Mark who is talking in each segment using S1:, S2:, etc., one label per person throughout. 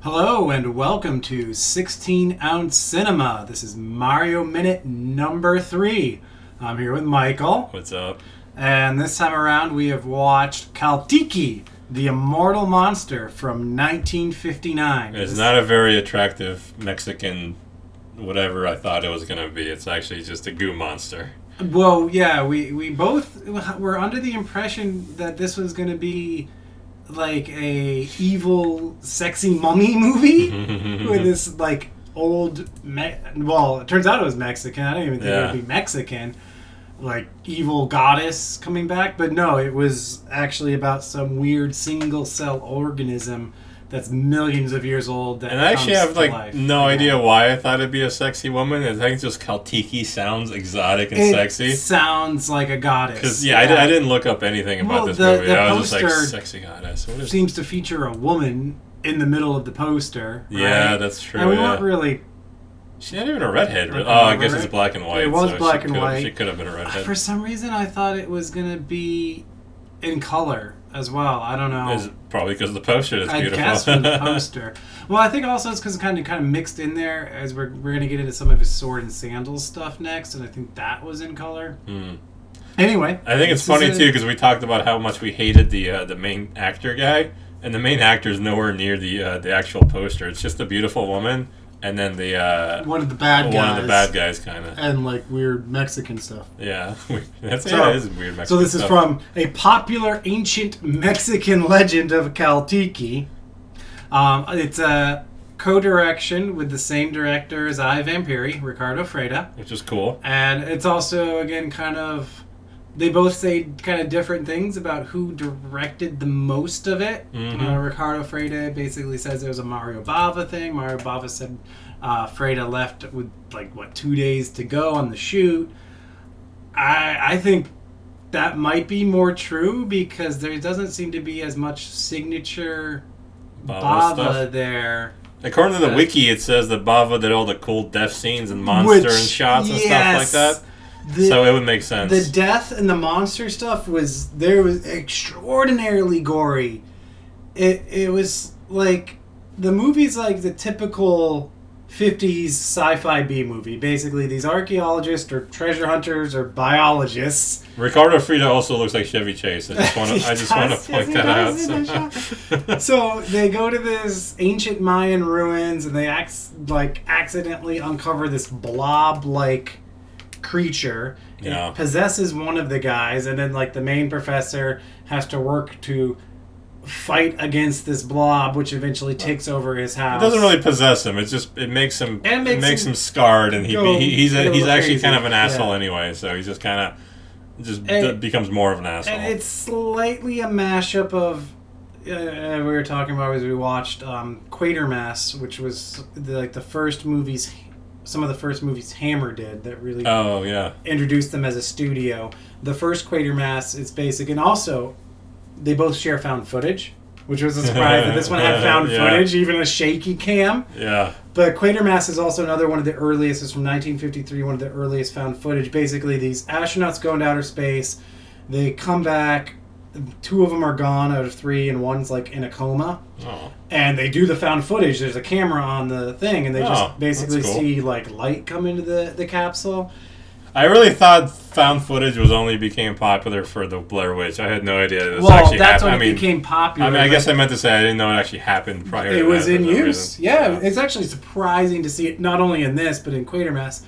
S1: Hello and welcome to 16 Ounce Cinema. This is Mario Minute number three. I'm here with Michael,
S2: What's up?
S1: and this time around we have watched Kaltiki, the Immortal Monster from 1959.
S2: It's not a very attractive Mexican whatever I thought it was going to be. It's actually just a goo monster.
S1: Well, yeah, we, we both were under the impression that this was going to be like a evil, sexy mummy movie
S2: Mm-hmm.
S1: with this like old. Me- well, it turns out it was Mexican. I don't even think it
S2: Yeah.
S1: would be Mexican. Like evil goddess coming back, but no, it was actually about some weird single cell organism that's millions of years old. That
S2: And I actually
S1: comes
S2: have
S1: to
S2: like
S1: life.
S2: no
S1: Yeah.
S2: idea why I thought it'd be a sexy woman. I think just Kaltiki sounds exotic and
S1: It
S2: sexy.
S1: sounds like a goddess.
S2: Because yeah, I di- I, didn't look up anything about
S1: Well,
S2: this
S1: the-
S2: movie.
S1: the
S2: I was just like
S1: poster-
S2: sexy goddess. What is?
S1: seems to feature a woman in the middle of the poster. right?
S2: Yeah, that's true.
S1: And we
S2: yeah.
S1: weren't really.
S2: She's not even a redhead.
S1: Like,
S2: Really. Oh, I
S1: remember
S2: guess it's
S1: it?
S2: black and white.
S1: It was
S2: so she
S1: black and
S2: could've-
S1: white.
S2: She could have been a redhead.
S1: For some reason, I thought it was gonna be in color as well. I don't know.
S2: It's probably because the poster is
S1: I
S2: beautiful.
S1: guess from the poster. Well, I think also it's because kind of kind of mixed in there as we're we're gonna get into some of his sword and sandals stuff next, and I think that was in color.
S2: Hmm.
S1: Anyway,
S2: I think
S1: this
S2: it's
S1: is
S2: funny too
S1: a-
S2: 'cause too because we talked about how much we hated the uh, the main actor guy, and the main actor is nowhere near the uh, the actual poster. It's just a beautiful woman, and then the uh,
S1: One of the bad
S2: one
S1: guys.
S2: of the bad guys, kind of.
S1: And like weird Mexican stuff.
S2: Yeah, that's
S1: So-
S2: yeah, it is weird. Mexican
S1: So this is
S2: stuff.
S1: from a popular ancient Mexican legend of Caltiki. Um, it's a co-direction with the same director as I Vampiri, Ricardo Freda,
S2: which is cool.
S1: and it's also again kind of they both say kind of different things about who directed the most of it.
S2: Mhm.
S1: Uh, Ricardo Freda basically says there was a Mario Bava thing. Mario Bava said uh, Freda left with like what two days to go on the shoot. I I think that might be more true because there doesn't seem to be as much signature
S2: Bava
S1: Bava
S2: stuff.
S1: there.
S2: According to the
S1: uh,
S2: wiki, it says that Bava did all the cool death scenes and monster
S1: which-
S2: and shots and
S1: yes,
S2: stuff like that.
S1: the-
S2: so it would make sense.
S1: the death and the monster stuff was there was extraordinarily gory. It it was like the movie's like the typical 50s sci-fi B movie. Basically, these archaeologists or treasure hunters or biologists
S2: Ricardo Frida also looks like Chevy Chase. I just want to
S1: He
S2: I just want to
S1: does,
S2: point
S1: yes,
S2: that
S1: he
S2: out.
S1: does,
S2: so.
S1: so they go to this ancient Mayan ruins and they ac- like accidentally uncover this blob like creature.
S2: Yeah.
S1: It possesses one of the guys, and then like the main professor has to work to fight against this blob, which eventually takes over his house.
S2: It doesn't really possess him. It's just it makes him
S1: And
S2: it
S1: it
S2: makes,
S1: makes
S2: him,
S1: him
S2: scarred, and he,
S1: go
S2: he he's
S1: a
S2: a, he's
S1: little
S2: actually
S1: crazy.
S2: kind of an
S1: Yeah.
S2: asshole anyway. So he's just kind of just d-
S1: And-
S2: becomes more of an asshole.
S1: And it's slightly a mashup of. Uh, we were talking about as we watched um, Quatermass, which was the, like the first movies, some of the first movies Hammer did that really
S2: oh yeah,
S1: introduced them as a studio. The first Quatermass is basic, and also they both share found footage, which was a surprise that this one had found
S2: Yeah.
S1: footage, even a shaky cam.
S2: yeah.
S1: But Quatermass is also another one of the earliest. It's from 1953, one of the earliest found footage. Basically, these astronauts go into outer space. They come back. Two of them are gone out of three, and one's like in a coma.
S2: Oh,
S1: And they do the found footage. There's a camera on the thing, and they
S2: Oh,
S1: just basically
S2: that's cool.
S1: see like light come into the, the capsule.
S2: I really thought found footage was only became popular for the Blair Witch. I had no idea this
S1: well,
S2: actually
S1: that's
S2: happened.
S1: when
S2: I mean,
S1: it became popular.
S2: I mean, I
S1: but-
S2: guess I meant to say I didn't know it actually happened prior.
S1: it
S2: to
S1: was
S2: that for
S1: in
S2: some
S1: use.
S2: reason.
S1: Yeah, it's actually surprising to see it not only in this but in Quatermass.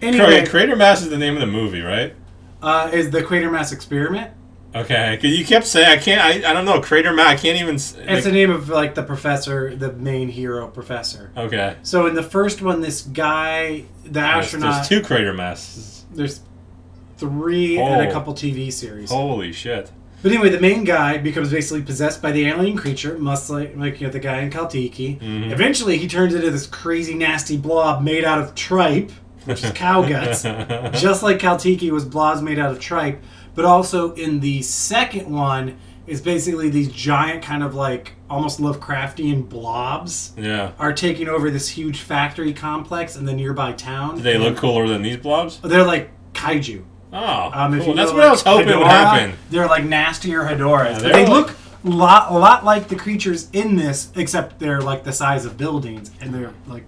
S1: Anyway,
S2: Okay, Creator Mass is the name of the movie, right?
S1: uh, is the Quatermass experiment?
S2: Okay, 'cause you kept saying I can't. I, I don't know Creator Mass. I can't even. s-
S1: It's the name of like the professor, the main hero professor.
S2: okay.
S1: So in the first one, this guy, the
S2: There's,
S1: astronaut,
S2: there's two Creator Masses.
S1: there's, three and
S2: Oh.
S1: a couple TV series.
S2: Holy shit.
S1: But anyway, the main guy becomes basically possessed by the alien creature, much like, like you know, the guy in Kaltiki.
S2: Mm-hmm.
S1: Eventually, he turns into this crazy, nasty blob made out of tripe, which is cow guts. just like Kaltiki was blobs made out of tripe, but also in the second one is basically these giant kind of like almost Lovecraftian blobs
S2: yeah.
S1: are taking over this huge factory complex in the nearby town.
S2: Do they look cooler than these blobs?
S1: They're like kaiju.
S2: Oh,
S1: Um, if
S2: cool.
S1: you
S2: that's
S1: go,
S2: what I was
S1: like,
S2: hoping would
S1: Hedorah,
S2: happen.
S1: They're like nastier fedoras.
S2: Yeah,
S1: they
S2: they're
S1: look lot, a lot like the creatures in this, except they're like the size of buildings, and they're like,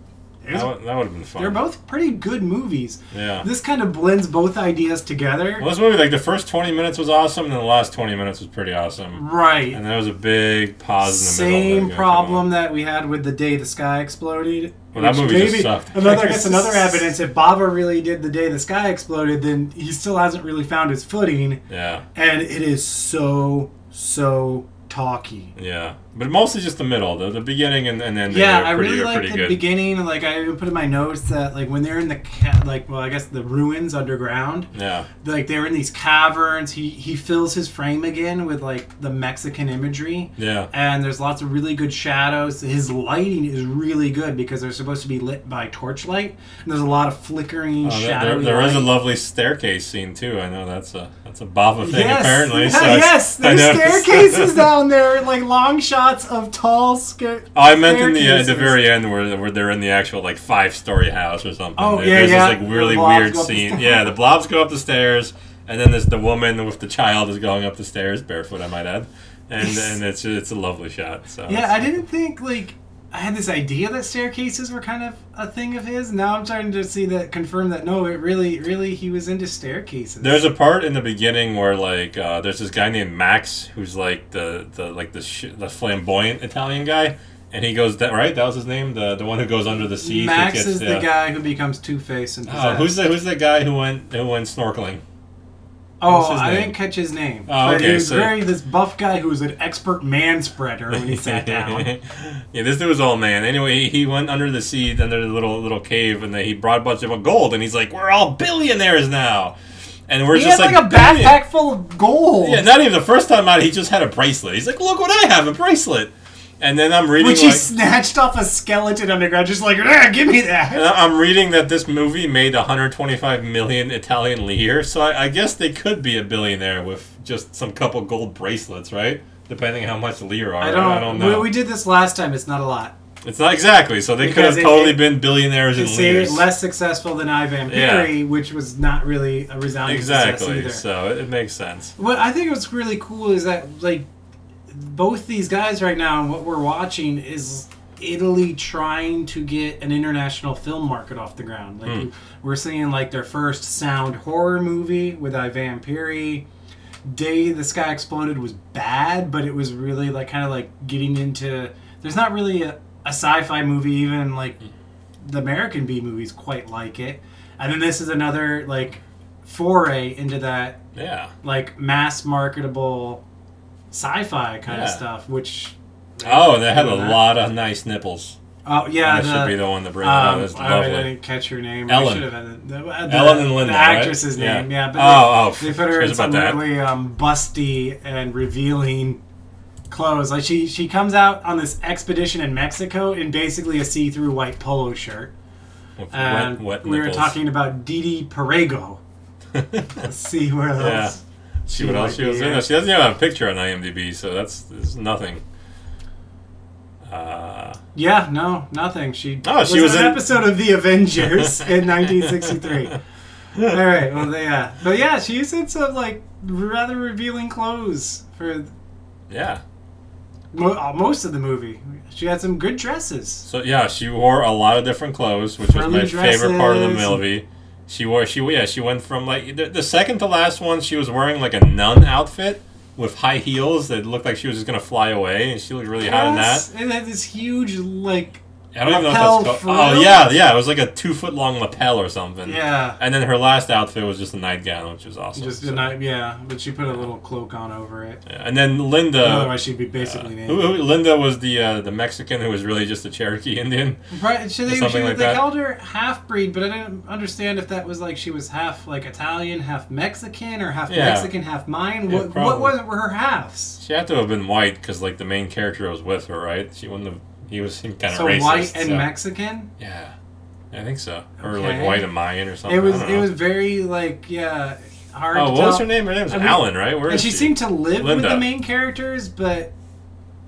S2: That, would- that would have been fun.
S1: they're both pretty good movies.
S2: Yeah.
S1: This kind of blends both ideas together,
S2: Well, this movie, like the first 20 minutes was awesome, and then the last 20 minutes was pretty awesome.
S1: right?
S2: And there was a big pause in the middle.
S1: Same
S2: that
S1: problem that we had with the day the sky exploded.
S2: Well, that
S1: which
S2: movie just sucked.
S1: Another, I guess another evidence. If Baba really did the day the sky exploded, then he still hasn't really found his footing,
S2: gotta go on. Yeah,
S1: and it is so so talky.
S2: yeah. But mostly just the middle. The, the beginning and, and ending
S1: Yeah,
S2: are
S1: I
S2: pretty,
S1: really
S2: are
S1: like
S2: pretty
S1: the
S2: good.
S1: beginning. Like I even put in my notes that like when they're in the ca- like well I guess the ruins underground,
S2: yeah,
S1: like they're in these caverns. He he fills his frame again with like the Mexican imagery.
S2: yeah.
S1: and there's lots of really good shadows. His lighting is really good because they're supposed to be lit by torchlight, and there's a lot of flickering
S2: Oh, there- there,
S1: shadowy
S2: there
S1: light.
S2: is a lovely staircase scene too. I know that's a that's a Bava thing
S1: Yes,
S2: apparently.
S1: yeah,
S2: so I-
S1: yes,
S2: I
S1: there's
S2: noticed.
S1: staircases down there, like long shots of tall sca-
S2: Oh, I meant in the uh, the
S1: staircases.
S2: very end where, where they're in the actual like five story house or something.
S1: Oh,
S2: There-
S1: yeah,
S2: There's
S1: yeah.
S2: this like really
S1: The blobs
S2: weird
S1: go up the
S2: scene.
S1: stairs.
S2: Yeah, the blobs go up the stairs, and then there's the woman with the child is going up the stairs barefoot. I might add, and and it's it's a lovely shot. So
S1: Yeah, I didn't think like I had this idea that staircases were kind of a thing of his. Now I'm starting to see that confirm that no, it really, really he was into staircases.
S2: There's a part in the beginning where like uh, there's this guy named Max who's like the the like the sh- the flamboyant Italian guy, and he goes that right. That was his name. The the one who goes under the sea. who
S1: Max
S2: gets
S1: is the
S2: uh,
S1: guy who becomes Two Face and
S2: Oh, who's the who's the guy who went who went snorkeling?
S1: Oh,
S2: What's his
S1: I
S2: name?
S1: didn't catch his name.
S2: Oh,
S1: but
S2: okay,
S1: He was
S2: so-
S1: very this buff guy who was an expert man spreader when he sat down.
S2: yeah, this dude was all man. Anyway, he- he went under the sea, under the little little cave, and then he brought a bunch of gold, and he's like, "We're all billionaires now," and we're
S1: he
S2: just
S1: had like, a
S2: "Billion."
S1: backpack full of gold,
S2: Yeah, not even the first time out, he just had a bracelet. He's like, "Look what I have, a bracelet," and then I'm reading
S1: which he
S2: like.
S1: snatched off a skeleton underground, just like, "Ah, give me that.
S2: and I- I'm reading that this movie made 125 million Italian lire, so I, I guess they could be a billionaire with just some couple gold bracelets, right? Depending how much lire are,
S1: I don't,
S2: I don't know.
S1: We, we did this last time. It's not a lot.
S2: It's not exactly. So they could
S1: Because
S2: have
S1: it-
S2: totally
S1: it-
S2: been billionaires in
S1: It's serious-
S2: leaders.
S1: less successful than I Vampiri, which was not really a resounding success
S2: exactly.
S1: either.
S2: So it, it makes sense.
S1: What I think what's really cool is that like both these guys right now and what we're watching is Italy trying to get an international film market off the ground. Like we're seeing like their first sound horror movie with Ivan Piri. Day the Sky Exploded was bad, but it was really like kind of like getting into there's not really a, a sci-fi movie even like the American B movies quite like it. And then this is another like foray into that
S2: Yeah.
S1: like mass marketable sci-fi kind
S2: Yeah.
S1: of stuff which
S2: Oh, they had a
S1: Yeah.
S2: lot of nice nipples.
S1: oh yeah
S2: that
S1: the,
S2: should be the one to bring
S1: um,
S2: it up. It's
S1: I, I
S2: lovely.
S1: didn't catch her name I
S2: Ellen.
S1: should have had the, the,
S2: Ellen and Linda,
S1: the
S2: right?
S1: actress's
S2: Yeah.
S1: name yeah but
S2: Oh,
S1: they,
S2: oh,
S1: they put her
S2: cares
S1: in
S2: about
S1: some
S2: that.
S1: really um, busty and revealing clothes like she she comes out on this expedition in Mexico in basically a see-through white polo shirt
S2: With
S1: and
S2: wet, wet
S1: uh, we were
S2: nipples.
S1: talking about Didi Perego Let's see where else
S2: Yeah. See what
S1: She
S2: else
S1: might
S2: she was
S1: be,
S2: in.
S1: yeah.
S2: She doesn't even have a picture on IMDb, so that's, that's nothing. Uh,
S1: Yeah, no, nothing. She
S2: Oh, she was
S1: in an
S2: in-
S1: episode of The Avengers in 1963. All right, well, they- yeah, but yeah, she's in some like rather revealing clothes for
S2: yeah.
S1: mo- uh, most of the movie. She had some good dresses.
S2: So yeah, she wore a lot of different clothes, which was
S1: Frilly
S2: my favorite part of the
S1: dresses.
S2: movie. She wore she yeah she went from like the, the second to last one she was wearing like a nun outfit with high heels that looked like she was just gonna fly away and she looked really hot in that.
S1: Yes, and had this huge like
S2: I don't even know
S1: Lapel
S2: if that's called.
S1: frill?
S2: Oh yeah yeah it was like a two foot long lapel or something.
S1: yeah,
S2: And then her last outfit was just a nightgown, which was awesome.
S1: just
S2: So-
S1: a night yeah, but she put a little cloak on over it.
S2: yeah. And then Linda,
S1: Otherwise, she'd be basically
S2: Oh. Uh, who,
S1: naked.
S2: who- Linda was the uh, the Mexican who was really just a Cherokee Indian.
S1: Right, so they, she,
S2: something
S1: was-
S2: like
S1: they
S2: that.
S1: called her half breed, but I didn't understand if that was like she was half like Italian, half Mexican, or half
S2: Yeah.
S1: Mexican, half mine.
S2: Yeah,
S1: what,
S2: probably.
S1: what was it? Were her halves?
S2: She had to have been white because like the main character was with her, right? She wouldn't have. He was kind of
S1: So
S2: racist.
S1: white and
S2: so-
S1: Mexican.
S2: Yeah, I think so. Or like
S1: Okay.
S2: white and Mayan or something.
S1: It was
S2: I don't
S1: it
S2: know.
S1: was very like yeah hard.
S2: Oh,
S1: to
S2: what
S1: tell.
S2: was her name? Her name was
S1: I mean-
S2: Alan, right? Where
S1: And
S2: is
S1: she seemed to live with
S2: Linda. Oh,
S1: the main characters, but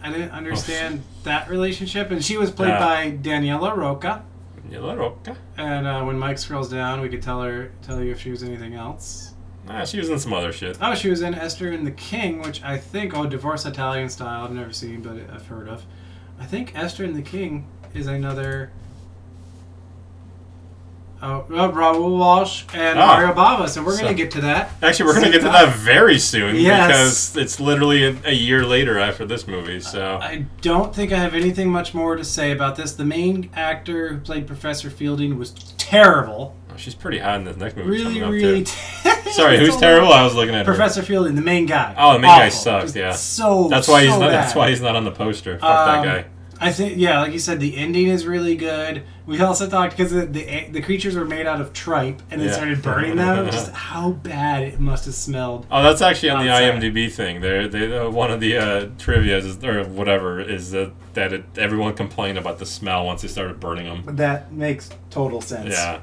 S1: I didn't understand that relationship. And she was played
S2: Yeah.
S1: by Daniela Roca.
S2: Yellow Roca?
S1: And uh, when Mike scrolls down, we could tell her tell you if she was anything else.
S2: Nah, she was in some other shit.
S1: Oh, she was in Esther and the King, which I think, oh, Divorce Italian Style, I've never seen, but I've heard of. I think Esther and the King is another. Oh, oh Raul Walsh and
S2: Ah.
S1: Mario Bava, and we're going
S2: So-
S1: to get to that.
S2: Actually, we're gonna get to
S1: Sometime.
S2: that very soon
S1: Yes.
S2: because it's literally a, a year later after this movie. So
S1: I don't think I have anything much more to say about this. The main actor who played Professor Fielding was terrible.
S2: Oh, she's pretty hot in this next movie.
S1: Really,
S2: coming up,
S1: really.
S2: too.
S1: terrible.
S2: Sorry, who's terrible? I was looking at her.
S1: Professor Fielding, the main guy.
S2: Oh, the main guy
S1: Awful.
S2: sucks,
S1: Just
S2: yeah.
S1: So
S2: That's why he's
S1: so
S2: not. That's
S1: bad.
S2: why he's not on the poster. Fuck
S1: Um,
S2: that guy.
S1: I think yeah, like you said, the ending is really good. We also talked because the, the the creatures were made out of tripe and then
S2: Yeah.
S1: started burning them. Just how bad it must have smelled.
S2: Oh, that's actually on the
S1: outside.
S2: IMDb thing. There, they, uh, one of the uh, trivia's is- or whatever is that that it, everyone complained about the smell once they started burning them.
S1: That makes total sense.
S2: Yeah,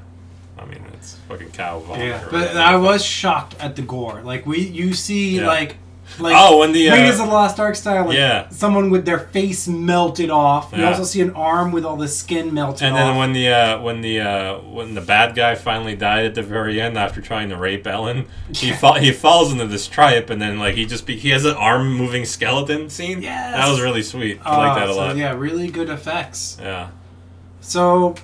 S2: I mean it's fucking cow vomit.
S1: yeah.
S2: or
S1: But
S2: whatever.
S1: I was shocked at the gore. Like we, you see
S2: Yeah.
S1: like like
S2: Oh, when the, uh,
S1: Raiders of the Lost Ark style. Like,
S2: Yeah.
S1: Someone with their face melted off. You
S2: Yeah.
S1: also see an arm with all the skin melted
S2: And
S1: off.
S2: then when the uh, when the uh, when the bad guy finally died at the very end after trying to rape Ellen, he fall, he falls into this tripe and then like he just be- he has an arm moving skeleton scene.
S1: Yes.
S2: that was really sweet. I like
S1: Ah,
S2: that a
S1: so,
S2: lot.
S1: Yeah, really good effects.
S2: yeah.
S1: So,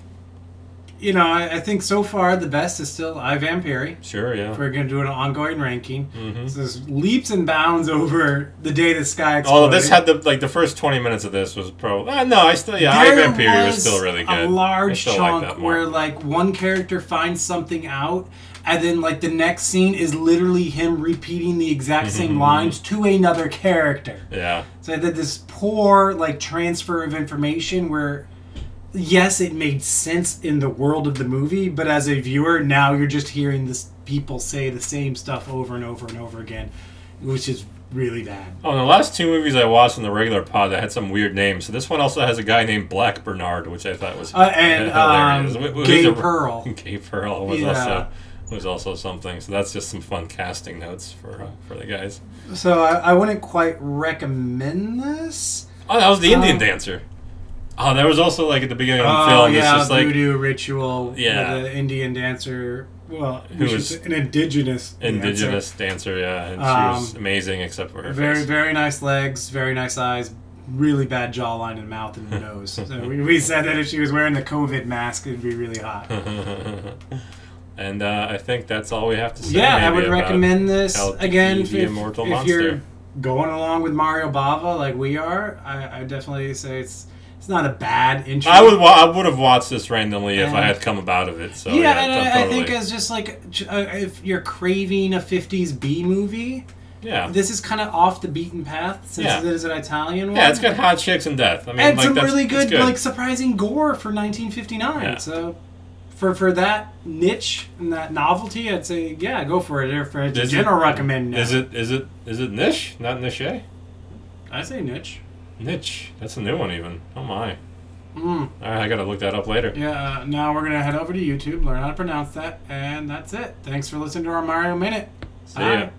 S1: you know, I, I think so far the best is still I Vampiri.
S2: Sure, yeah.
S1: We're going to do an ongoing ranking.
S2: Mm-hmm.
S1: So this leaps and bounds over the day the sky exploded.
S2: Although Oh, this had the like the first twenty minutes of this was probably uh, no, I still yeah, I
S1: There
S2: Vampire was still really
S1: A
S2: good. I
S1: large
S2: still
S1: chunk
S2: like that more.
S1: where like one character finds something out, and then like the next scene is literally him repeating the exact same
S2: Mm-hmm.
S1: lines to another character.
S2: yeah,
S1: So I did this poor like transfer of information where yes, it made sense in the world of the movie, but as a viewer, now you're just hearing this people say the same stuff over and over and over again, which is really bad.
S2: oh, and the last two movies I watched in the regular pod that had some weird names. So this one also has a guy named Black Bernard, which I thought was
S1: Uh, and
S2: hilarious. Wh-
S1: um,
S2: who's
S1: Gay
S2: a-
S1: Pearl.
S2: Gay Pearl was
S1: Yeah.
S2: also was also something. So that's just some fun casting notes for uh, for the guys.
S1: So I, I wouldn't quite recommend this.
S2: Oh, that was the Indian
S1: Um,
S2: dancer. Oh, there was also like at the beginning of the
S1: Oh
S2: film,
S1: yeah,
S2: it's just like
S1: voodoo ritual.
S2: Yeah.
S1: with the Indian dancer. Well,
S2: Who
S1: who
S2: was-
S1: is an indigenous dancer.
S2: indigenous dancer. Yeah, and she was
S1: Um,
S2: amazing except for her
S1: Very,
S2: face.
S1: very nice legs, very nice eyes, really bad jawline and mouth and nose. So we, we said that if she was wearing the COVID mask, it'd be really hot.
S2: and uh, I think that's all we have to say.
S1: yeah, I
S2: maybe,
S1: would
S2: about-
S1: recommend this
S2: LTV
S1: again if, if,
S2: Immortal
S1: if
S2: Monster.
S1: you're going along with Mario Bava like we are. I, I definitely say it's it's not a bad intro.
S2: I would. Wa- I would have watched this randomly if I
S1: And-
S2: had come about of it. So
S1: yeah,
S2: Oh, yeah,
S1: and
S2: to-
S1: I, I
S2: totally.
S1: think it's just like j- uh, if you're craving a '50s B movie,
S2: yeah,
S1: this is kind of off the beaten path since
S2: Yeah.
S1: it is an Italian one.
S2: yeah, it's got hot chicks and death. I mean,
S1: and
S2: like,
S1: some
S2: that's,
S1: really
S2: that's
S1: good, like surprising gore for 1959.
S2: Yeah.
S1: So for for that niche and that novelty, I'd say yeah, go for it. Or For it's a
S2: Is it-
S1: general recommend.
S2: Is it? Is it? Is it niche? Not niche?
S1: I say niche.
S2: Niche. That's a new one even. Oh my.
S1: Mm.
S2: All right, I gotta look that up later.
S1: Yeah. Uh, now we're gonna head over to YouTube, learn how to pronounce that, and that's it. Thanks for listening to our Mario Minute.
S2: See ya.
S1: Bye.